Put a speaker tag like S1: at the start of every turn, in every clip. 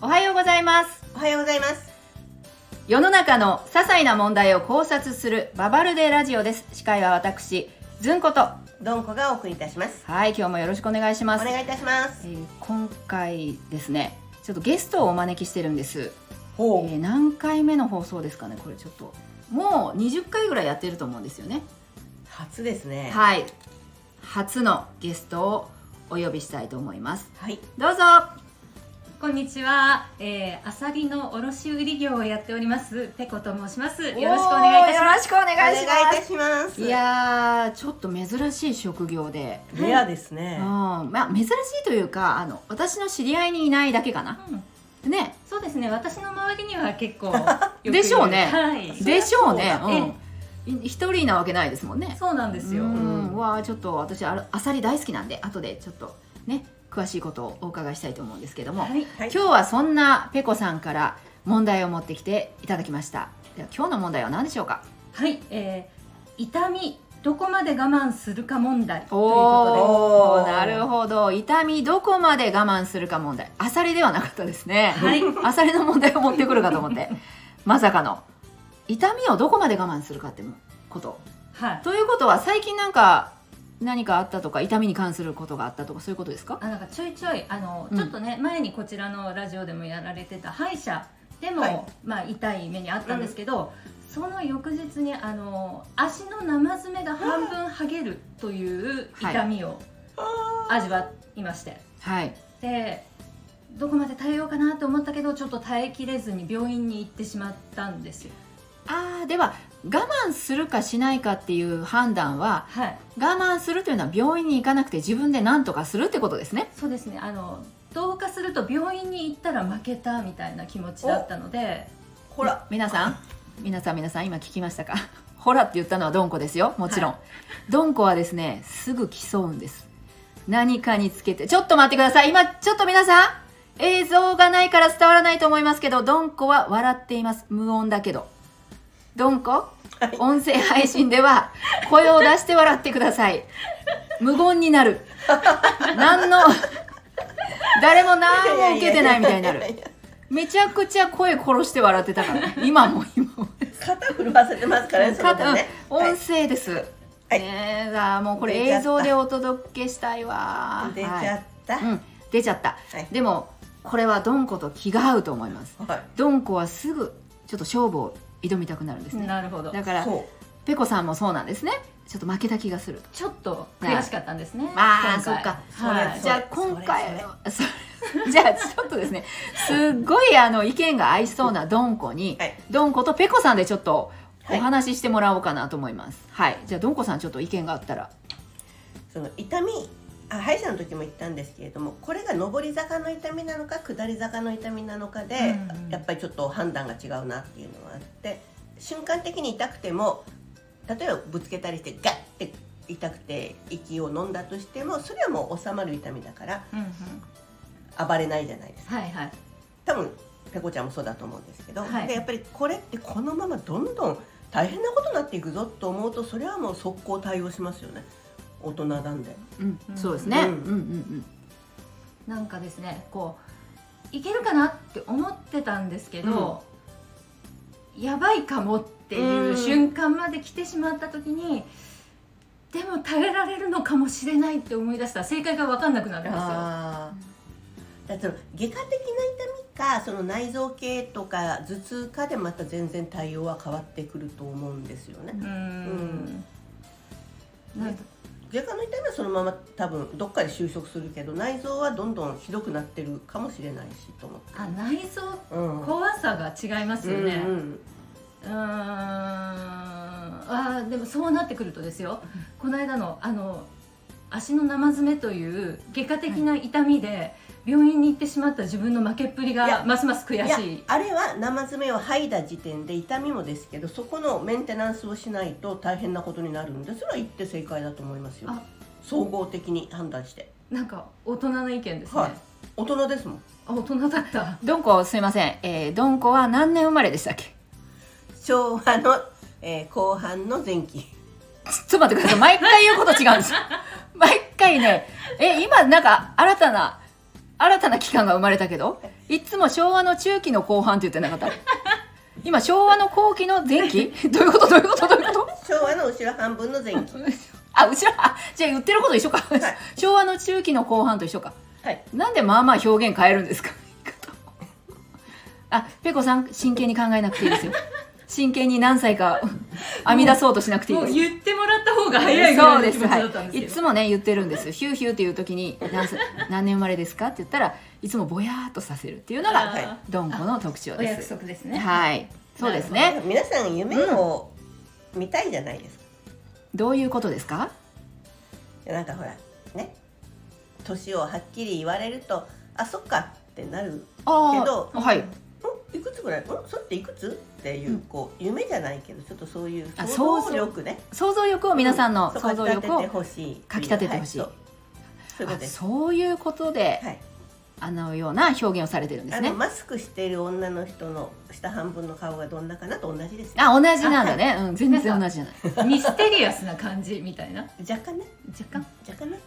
S1: ます
S2: おはようございます
S1: 世の中の些細な問題を考察するババルデラジオです司会は私ずんこと
S2: どんこがお送りいたします
S1: はい今日もよろしくお願いし
S2: お
S1: ます、え
S2: 願いいたします
S1: ー今回ですねちょっとゲストをお招きしてるんです、え
S2: ほ
S1: ー何回目の放送ですかねこれちょっともう20回ぐらいやってると思うんですよね
S2: 初ですね
S1: はい初のゲストをお呼びしたいと思います
S2: はい
S1: どうぞ
S3: こんにちは、えー、アサリの卸売業をやっておりますペコと申します。よろしくお願いいたします。
S1: すよろしくお
S2: お願
S1: 願
S2: い
S1: いし
S2: い
S1: ま
S2: たします
S1: すいやーちょっと珍しい職業で、
S2: レアですね
S1: うんまあ、珍しいというかあの私の知り合いにいないだけかな
S3: うん
S1: ね
S3: そうですね、私の周りには結 構
S1: でしょうね
S3: はい、
S1: でしょうね
S3: そうだね
S1: うんい一人なわけないですもんね
S3: そうなんですよ。
S1: う
S3: は
S1: んわあちょっと私あらあさり大好きなんで後でちょっとね詳しいことをお伺いしたいと思うんですけども、
S3: い、
S2: はい
S1: 今日はそんなペコさんから問題を持ってきていただきましたでは今日の問題は何でしょうか
S3: はい、えー、痛みどこまで我慢するか問題というこ
S1: お
S2: お
S1: お
S2: ー
S1: なるほど痛みどこまで我慢するか問題アサリではなかったですね
S3: とで、はい、
S1: アサリの問題を持ってくるかと思ってまさかの痛みをどこまで我慢するかってこと
S3: はい、
S1: ということは最近なんか何かあったとか痛みに関することがあったとかそういうことですか
S3: あなんかちょいちょいあの、
S1: うん
S3: ちょっとね前にこちらのラジオでもやられてた歯医者でも、
S2: はい
S3: まあ痛い目にあったんですけど、その翌日にあの足の生爪が半分剥げるという
S1: はい
S3: 痛みを
S2: あ
S3: 味わいまして、
S1: はい
S3: でどこまで耐えようかなと思ったけどちょっと耐えきれずに病院に行ってしまったんですよ。
S1: あーでは我慢するかしないかっていう判断は
S3: はい、
S1: 我慢するというのは病院に行かなくて自分で何とかするってことですね
S3: そうですねあのどうかすると病院に行ったら負けたみたいな気持ちだったので
S2: ーほら
S1: 皆さん皆さん皆さん今聞きましたか ほらって言ったのはドンコですよもちろん、ドンコはですねすぐ競うんです何かにつけてちょっと待ってください今ちょっと皆さん映像がないから伝わらないと思いますけどドンコは笑っています無音だけどドンコ、音声配信では声を出して笑ってください無言になる何の誰も何も受けてないみたいになる
S2: やややや
S1: めちゃくちゃ声殺して笑ってたからね 今も今も
S2: 肩震わせてますからねそれでね
S1: 音声です、
S2: はい
S1: ねえさあもうこれ
S2: 出ちゃった
S1: 映像でお届けしたいわ
S2: 出ちゃ
S1: っ
S2: った
S1: はいうん、出ちゃった
S2: はい
S1: でもこれはドンコと気が合うと思います
S2: はい
S1: ドンコはすぐちょっと勝負を挑みたくなるんですね
S3: なるほど
S1: だから
S2: そ
S1: ペコさんもそうなんですねちょっと負けた気がする
S3: ちょっと悔しかったんですね。
S1: ああ
S3: 今回
S1: そっか
S3: は
S2: そ
S3: い。
S1: じゃあ今回はそ れじゃあちょっとですねすっごいあの意見が合いそうなドンコに、
S2: はい
S1: ドンコとペコさんでちょっとお
S2: はい
S1: 話ししてもらおうかなと思いますはい、じゃあドンコさんちょっと意見があったら
S2: うその痛みあ歯医者の時も言ったんですけれどもこれが上り坂の痛みなのか下り坂の痛みなのかで、
S3: うんうん
S2: やっぱりちょっと判断が違うなっていうのはあって瞬間的に痛くても例えばぶつけたりしてガッて痛くて息を飲んだとしてもそれはもう収まる痛みだから
S3: うんうん
S2: 暴れないじゃないですか
S3: はいはい。
S2: 多分ペコちゃんもそうだと思うんですけど、
S3: はい
S2: でやっぱりこれってこのままどんどん大変なことになっていくぞと思うとそれはもう速攻対応しますよね大人なんで。
S1: うん、
S3: うん
S1: そうですね、う、
S2: うんん
S1: うんうん
S3: なんかですね、こういけるかなって思ってたんですけど、やばいかもっていう瞬間まで来てしまった時に。でも耐えられるのかもしれないって思い出したら正解が分かんなくなるんですよ。
S2: あーだからその外科的な痛みかその内臓系とか頭痛かでまた全然対応は変わってくると思うんですよね
S3: うーん。なんか
S2: 外科の痛みはそのまま多分どっかで収束するけど内臓はどんどんひどくなってるかもしれないしと思って、
S3: あ内臓
S2: うん
S3: 怖さが違いますよね。
S2: うんうん
S3: うーんあーでもそうなってくるとですよ、この間のあの足の生爪という外科的な痛みで病院に行ってしまった自分の負けっぷり
S2: いや
S3: がますます悔
S2: いや
S3: しい
S2: あれは生爪を剥いだ時点で痛みもですけどそこのメンテナンスをしないと大変なことになるんでそれは言って正解だと思いますよ
S3: あ
S2: 総合的に判断して
S3: なんか大人の意見ですね、
S2: はい大人ですもん
S3: あ大人だった
S1: ドンコすいません、えー、ドンコは何年生まれでしたっけ
S2: 昭和の、えー後半の前期
S1: ちょっと待ってください毎回言うこと違うんです毎回ねえ今なんか新たな新たな期間が生まれたけどいつも昭和の中期の後半って言ってなかった今昭和の後期の前期どういうことどういうことどういうこと
S2: 昭和の後ろ半分の前期
S1: あうちらあじゃあ言ってること一緒か、
S2: い
S1: 昭和の中期の後半と一緒か
S2: はい
S1: なんでまあまあ表現変えるんですか言い方をあペコさん真剣に考えなくていいですよ真剣に何歳か編み出そうとしなくていい
S3: も
S1: で
S3: う
S1: す
S3: 言ってもらった方が早いぐ
S1: そ
S3: ら
S1: うで
S3: いの気
S1: す
S3: 持ちだ
S1: は
S3: ったん
S1: いい
S3: です
S1: つ
S3: けど
S1: もね言ってるんですヒューヒューっていう時に何歳何年生まれですかって言ったらいつもぼやーっとさせるっていうのが
S2: はい
S3: あ
S1: ドンコの特徴
S3: ーお
S1: で
S3: 約
S1: す
S3: 束ですね
S1: はいそうです
S3: な
S1: ね
S2: 皆さん夢を見たいじゃないですか、
S1: どういうことですか
S2: なんかほらね年をはっきり言われるとあそっかってなるけ
S1: あ
S2: ど
S1: あはい
S2: んいくつぐらいんそれっていくつっていう、こう夢じゃないけどちょっとそういう
S1: あ
S2: 想像力ね
S1: 想像力を皆さんの
S2: そう
S1: 想像力を
S2: かき立ててほしい
S1: かき立ててほしい
S2: はそうそういうこと
S1: あ
S2: です
S1: そういうことで
S2: はい
S1: あのような表現をされてるんで
S2: あ
S1: す
S2: の
S1: ね
S2: マスクしている女の人の下半分の顔がどんなかなと同じです
S1: あ同じなんだね、うん、全然同じじゃない
S3: ミステリアスな感じみたいな
S2: 若干ね
S3: 若干
S2: 若干ね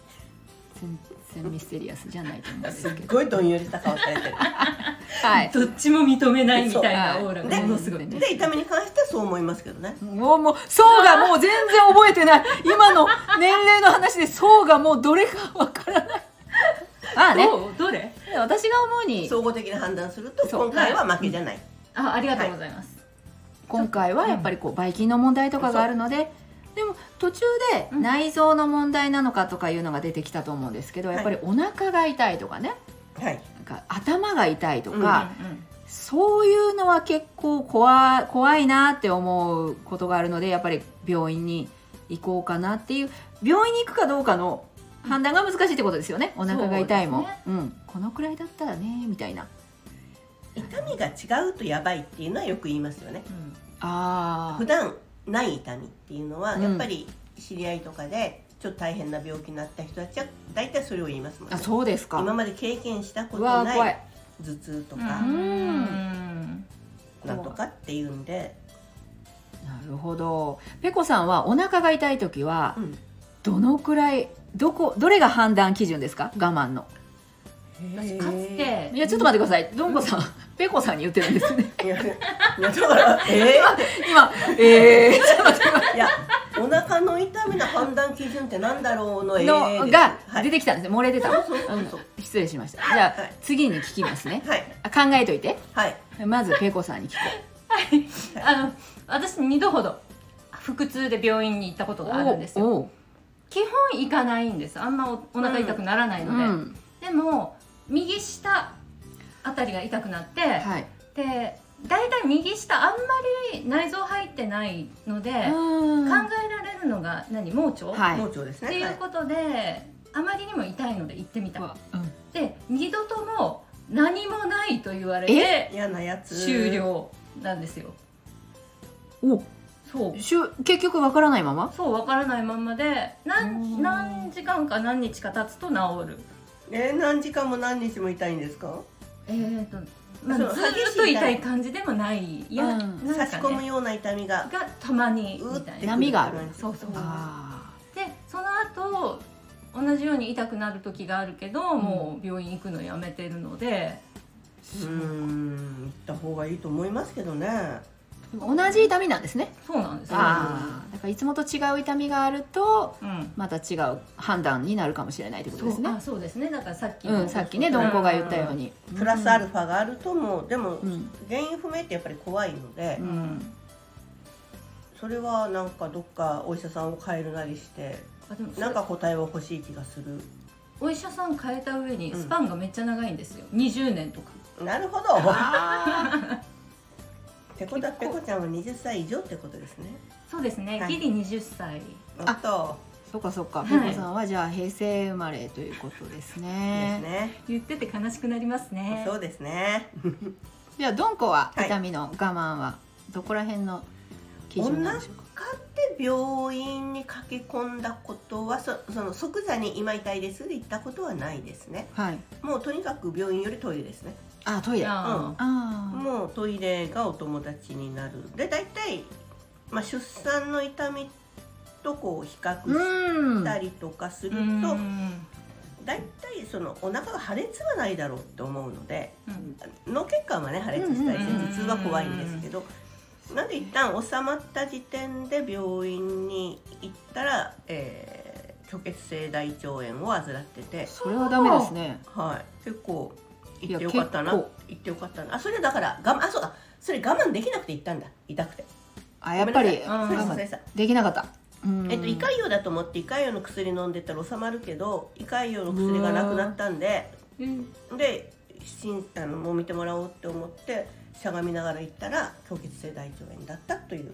S1: 全然ミステリアスじゃないと思うんです
S2: すっ
S1: け ど
S2: ごいどんよりした顔されてる
S1: はい
S3: どっちも認めないみたいな
S1: そう
S3: オーラが
S1: ね
S3: ものすごい
S1: ね
S2: で痛みに関してはそう思いますけどね
S1: もう、もう、そうがもう全然覚えてない。今の年齢の話で、そうがもうどれかわからない。まあね、
S3: どうどれ
S1: 私が思うに、
S2: 総合的な判断すると
S1: そう
S2: 今回は負けじゃない、
S3: あありがとうございます、
S1: 今回はやっぱりこう、ばい菌の問題とかがあるので、でも途中で
S3: うん
S1: 内臓の問題なのかとかいうのが出てきたと思うんですけど、やっぱりお腹が痛いとかね、
S2: はい
S1: なんか頭が痛いと
S2: うん
S1: か、そういうのは結構怖い怖いなって思うことがあるのでやっぱり病院に行こうかなっていう病院に行くかどうかの判断が難しいってことですよねお腹が痛いもう、
S3: そうです
S1: ん、このくらいだったらねみたいな
S2: 痛みが違うとやばいっていうのはよく言いますよね
S3: うんうん
S1: あ
S2: 普段ない痛みっていうのは
S1: うん
S2: やっぱり知り合いとかでちょっと大変な病気になった人たちは大体それを言いますもんね
S1: あそうですか
S2: 今まで経験したこ
S1: う
S2: と
S1: わー怖
S2: ないい頭痛と
S3: う
S2: か
S3: ん
S2: なんとかっていうんで、
S1: なるほどペコさんはお腹が痛い時は
S2: うん
S1: どのくらいどこどれが判断基準ですか我慢の
S3: 私かつて
S1: いやちょっと待ってくださいどんこさんペコさんに言ってるんですね
S2: いやいやだからえ
S1: 今ええー、ちょっと待って
S2: ー、いやお腹の痛みの判断基準ってなんだろうのえー
S1: の
S2: です
S1: が
S2: はい
S1: 出てきたんですね、漏れてた
S2: そうそうそうそう
S1: うん失礼しましたじゃあ、
S2: はい
S1: 次に聞きますね
S2: はい
S1: あ考えといて
S2: はい
S1: まずペコさんに聞こ
S3: あの私2度ほど腹痛で病院に行ったこと
S1: う
S3: があるんですよ
S1: おう
S3: 基本行かないんですあんまおお腹痛くならない
S1: おう
S3: の
S1: う
S3: で、
S1: ん
S3: でも右下あたりが痛くなって、
S1: はい
S3: で大体右下あんまり内臓入ってないので、
S1: うん
S3: 考えられるのが何盲腸、
S1: はい
S2: 盲腸です
S3: って
S2: ね
S3: い
S2: は
S3: う
S2: い
S3: ことで、あまりにも痛いので行ってみた、
S1: うん
S3: で2度とも何もないと言われて
S2: 嫌なやつ
S3: 終了なんですよ
S1: お
S3: そう
S1: しゅ結局わからないまま
S3: そう分からないまんまで
S2: う
S3: 何
S2: ん
S3: 何時間か何日か経つと治る
S2: えー、何時間も何日も痛いんですか
S3: えーと、まあ、ず
S2: そう
S3: ーっ
S2: 激
S3: と
S2: しい痛
S3: 痛
S2: い
S3: い感じでもないいや、
S1: うん
S3: な
S2: 差
S3: ん
S2: し
S3: か
S2: 込む
S3: ね
S2: ような痛みが
S3: がたまに
S2: う
S3: み
S2: ったてく
S3: い
S2: る
S3: な
S1: 波がある
S3: そうそう
S1: あ
S3: でその後同じように痛くなる時があるけど、もう病院行くのやめてるので
S2: うーん行った方がいいと思いますけどね
S1: ー同じ痛みなんですね
S3: そうなんですよ
S1: ああだからいつもと違う痛みがあると
S3: うん
S1: また違う判断になるかもしれないってこと
S3: そう
S1: ですね
S3: あそうですねだからさっき
S1: う
S3: の、
S1: んさっきねどんこが言ったように
S2: プラスアルファがあるともでも
S1: うん
S2: 原因不明ってやっぱり怖いので
S3: う、ん
S2: それはなんかどっかお医者さんを変えるなりして
S3: あでもそれ
S2: なんか答えは欲しい気がする
S3: お医者さん変えた上に
S2: うん
S3: スパンがめっちゃ長いんですよ、20年とか
S2: なるほど
S1: あ
S2: ってことはペコちゃんは20歳以上ってことですね
S3: そうですね、
S2: はい
S3: ギリ20歳
S2: あと
S1: ーそうかそうか
S3: はい
S1: ペコさんはじゃあ平成生まれということです
S2: です
S1: ね
S2: ね
S3: 言ってて悲しくなりますね
S2: そうですね
S1: じゃあドンコは
S2: はい
S1: 痛みの我慢はどこら辺の基準なんでしょうか。
S2: かって病院に駆け込んだことはそその即座に今痛いですで行ったことはないですね
S1: はい。
S2: もうとにかく病院よりトイレですね
S1: あトイレ。あ
S3: あ
S1: あ
S2: もうトイレがお友達になるで大体、まあ、出産の痛みとこう比較
S1: ー。う
S2: し
S1: ん。
S2: たりとかす
S3: ー
S2: ると、
S3: うん
S2: 大体そのお腹が破裂はないだろうって思うので
S3: うん
S2: 脳血管はね破裂したりして
S3: うんうんうん
S2: 頭痛は怖いんですけどなんで一旦収まった時点で病院に行ったら、えー、虚血性大腸炎を患ってて、
S1: それはダメですね
S2: はい、結構
S1: い
S2: 行
S1: や
S2: ってよかったな
S1: 結構
S2: 行ってよかったなあそれだから我慢あそうだそれ我慢できなくて行ったんだ痛くて
S1: あやっぱり、
S2: ご
S1: 我
S2: めんなさいそ
S1: 慢
S2: うですそうです
S1: できなかった
S2: えっと、胃潰瘍だと思って胃潰瘍の薬飲んでたら収まるけど胃潰瘍の薬がなくなったんで
S3: うん
S2: でしんあのもう見てもらおうって思ってしゃがみながら行ったら虚血性大腸炎だったという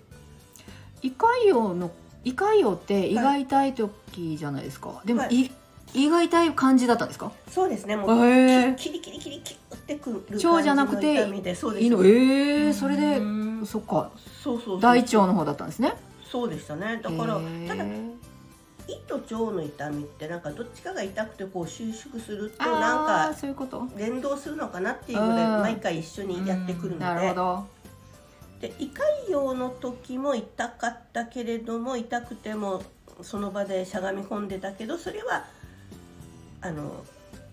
S1: 胃潰瘍の胃潰瘍って胃が痛い時じゃないですか、でも、、
S2: はい
S1: 胃が痛い感じだったんですか
S2: そうですねもう
S1: え
S2: キリキリキリキリってくる
S1: 腸じゃなくて
S2: 感じの痛みでそう
S1: え
S2: です
S1: いいのええそれで
S2: うん
S1: そっか
S2: そうそうそう
S1: 大腸の方だったんですね
S2: そうでしたねだか
S1: へ
S2: ら、
S1: ー
S2: ただ胃と腸の痛みってなんかどっちかが痛くてこう収縮すると
S1: あ
S2: なん
S1: ー
S2: か
S1: そういうこと
S2: 連動するのかなっていうので
S1: うん
S2: 毎回一緒にやってくるので
S1: なるほど
S2: で胃潰瘍の時も痛かったけれども痛くてもその場でしゃがみ込んでたけどそれはあの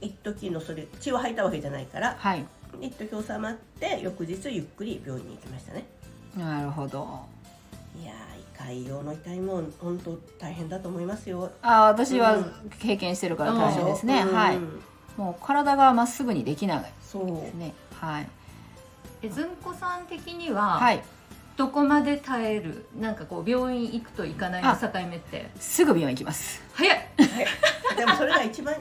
S2: 一時のそれ血を吐いたわけじゃないから
S1: はい
S2: 一時収まって翌日ゆっくり病院に行きましたね
S1: なるほど
S2: いやー胃潰瘍の痛みも本当大変だと思いますよ
S1: あー私は
S2: うん
S1: 経験してるから大変ですね、
S2: うん
S1: はいもう体がまっすぐにできない
S2: そう
S1: ですねはい
S3: えずんこさん的には、
S1: はい
S3: どこまで耐えるなんかこう病院行くと行かないの
S1: あ
S3: 境目って
S1: すぐ病院行きます
S3: 早い
S2: でもそれが一番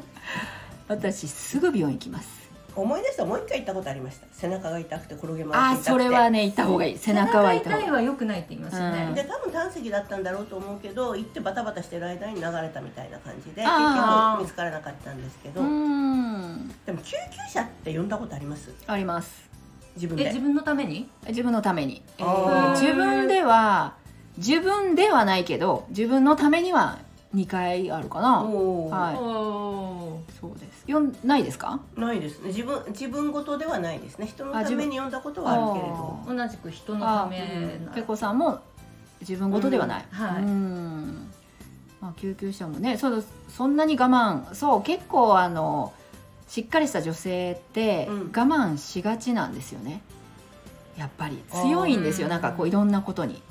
S1: 私すぐ病院行きます
S2: 思い出したもう一回行ったことありました背中が痛くて転げ回
S1: あ
S2: っ
S1: あ
S2: て痛くて
S1: それはね行った方がいい背中は痛い
S3: 背中痛いは良くないって言いますよね、
S1: うん
S2: で多分胆石だったんだろうと思うけど行ってバタバタしてる間に流れたみたいな感じで結
S1: あー
S2: 局見つからなかったんですけど
S1: うーん
S2: でも救急車って呼んだことあります
S1: あります
S2: 自分
S3: え
S2: で
S3: 自分のために
S1: 自分のために、えー
S2: あー
S1: 自分では自分ではないけど自分のためには2回あるかな、
S2: おー
S1: はい
S3: お
S1: そうですよんないですか
S2: ないですね自分自分ごとではないですね人の
S1: あ
S2: た
S1: 自分
S2: めに呼んだことはあるけれど
S1: あ
S3: ー同じく人のため
S2: あ
S1: ペコさんも自分事ではない、
S3: うんはい
S1: うんまあ、救急車もねそうそんなに我慢そう結構あのしっかりした女性って
S2: うん
S1: 我慢しがちなんですよね、やっぱり強いんですよ
S3: あー
S1: なんかこういろんなことに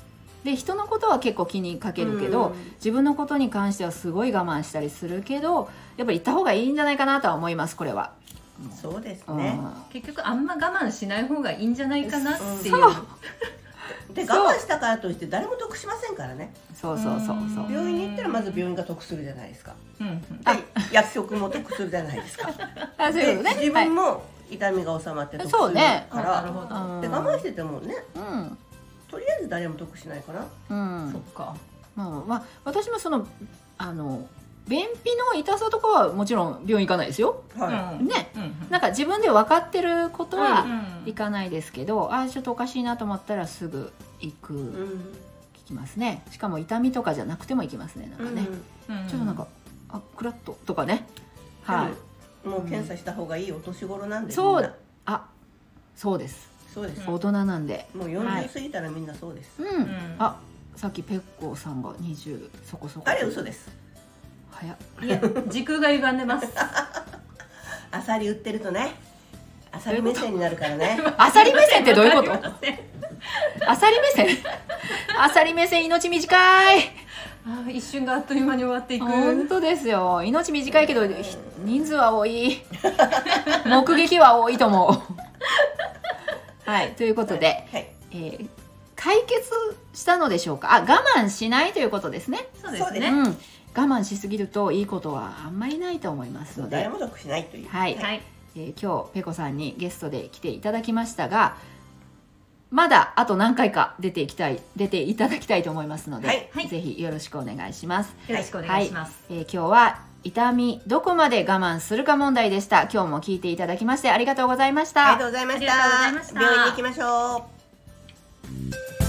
S1: で人のことは結構気にかけるけど、自分のことに関してはすごい我慢したりするけどやっぱり行った方がいいんじゃないかなとは思いますこれは、
S2: うんそうです
S1: うん
S2: ね
S3: 結局あんま我慢しない方がいいんじゃないかなっていう
S1: そう
S2: で
S1: そう
S2: 我慢したからといって誰も得しませんからね
S1: そうそうそうそう
S3: うん
S2: 病院に行ったらまず病院が得するじゃないですか
S3: うんうん
S2: で薬局も得するじゃないですか
S1: あ そういうこと
S2: で
S1: ね
S2: 自分も痛みが収まって得する
S1: そうね
S2: か
S3: あなるほ
S2: ら
S3: ど
S1: はい
S2: で我慢しててもね
S1: うん
S2: とりあえず誰も得しないかな
S1: うん
S3: そっか
S1: まあまあ、私もそのあの便秘の痛さとかはもちろん病院行かないですよ
S2: は
S3: うん
S1: ね
S3: うん
S1: なんか自分で分かってること
S3: う
S1: は
S3: ん
S1: 行かないですけど、ああちょっとおかしいなと思ったらすぐ行く、
S2: い。
S1: 聞きますねしかも痛みとかじゃなくても行きますねなんか
S2: うん。
S1: ね、
S3: うん
S1: ちょっとなんかあクラッととかねはい、
S2: でももう検査した方がいいお年頃なんで。
S1: そう
S2: みんな
S1: あそうです、
S2: そうです
S3: うん。
S1: 大人なんで
S2: もう
S1: はい
S2: 40過ぎたらみんなそうです。
S1: うん、
S3: ん
S1: あさっきペッコーさんが20そこそこ
S2: あれ嘘です。
S1: 早っ
S3: いや時空が歪ん でます
S2: アサリ売ってるとね、アサリ目線になるからね。
S1: アサリ目線ってどういうこと
S3: わかりません
S1: アサリ目線アサリ目線命短い
S3: あー一瞬があっという間に終わっていく
S1: 本当ですよ命短いけどひ人数は多い目撃は多いと思うはいということで、
S2: はい。
S1: えー解決したのでしょうかあ我慢しないということですね
S3: そうです
S2: そうで
S1: う
S3: ね
S1: ん我慢しすぎるといいことはあんまりないと思いますの
S2: 誰
S1: で、
S2: も得しないという。
S1: はい
S3: はい
S1: えー今日ペコさんにゲストで来ていただきましたがまだあと何回か出ていきたい出ていただきたいと思いますので、
S2: はい
S3: はい
S1: ぜひよろしくお願いします
S3: よろしくお願いします、
S1: えー今日は痛みどこまで我慢するか問題でした今日も聞いていただきましてありがとうございました、
S2: ありがとうございました。
S3: ありがとうございました
S2: 病院に行きましょう。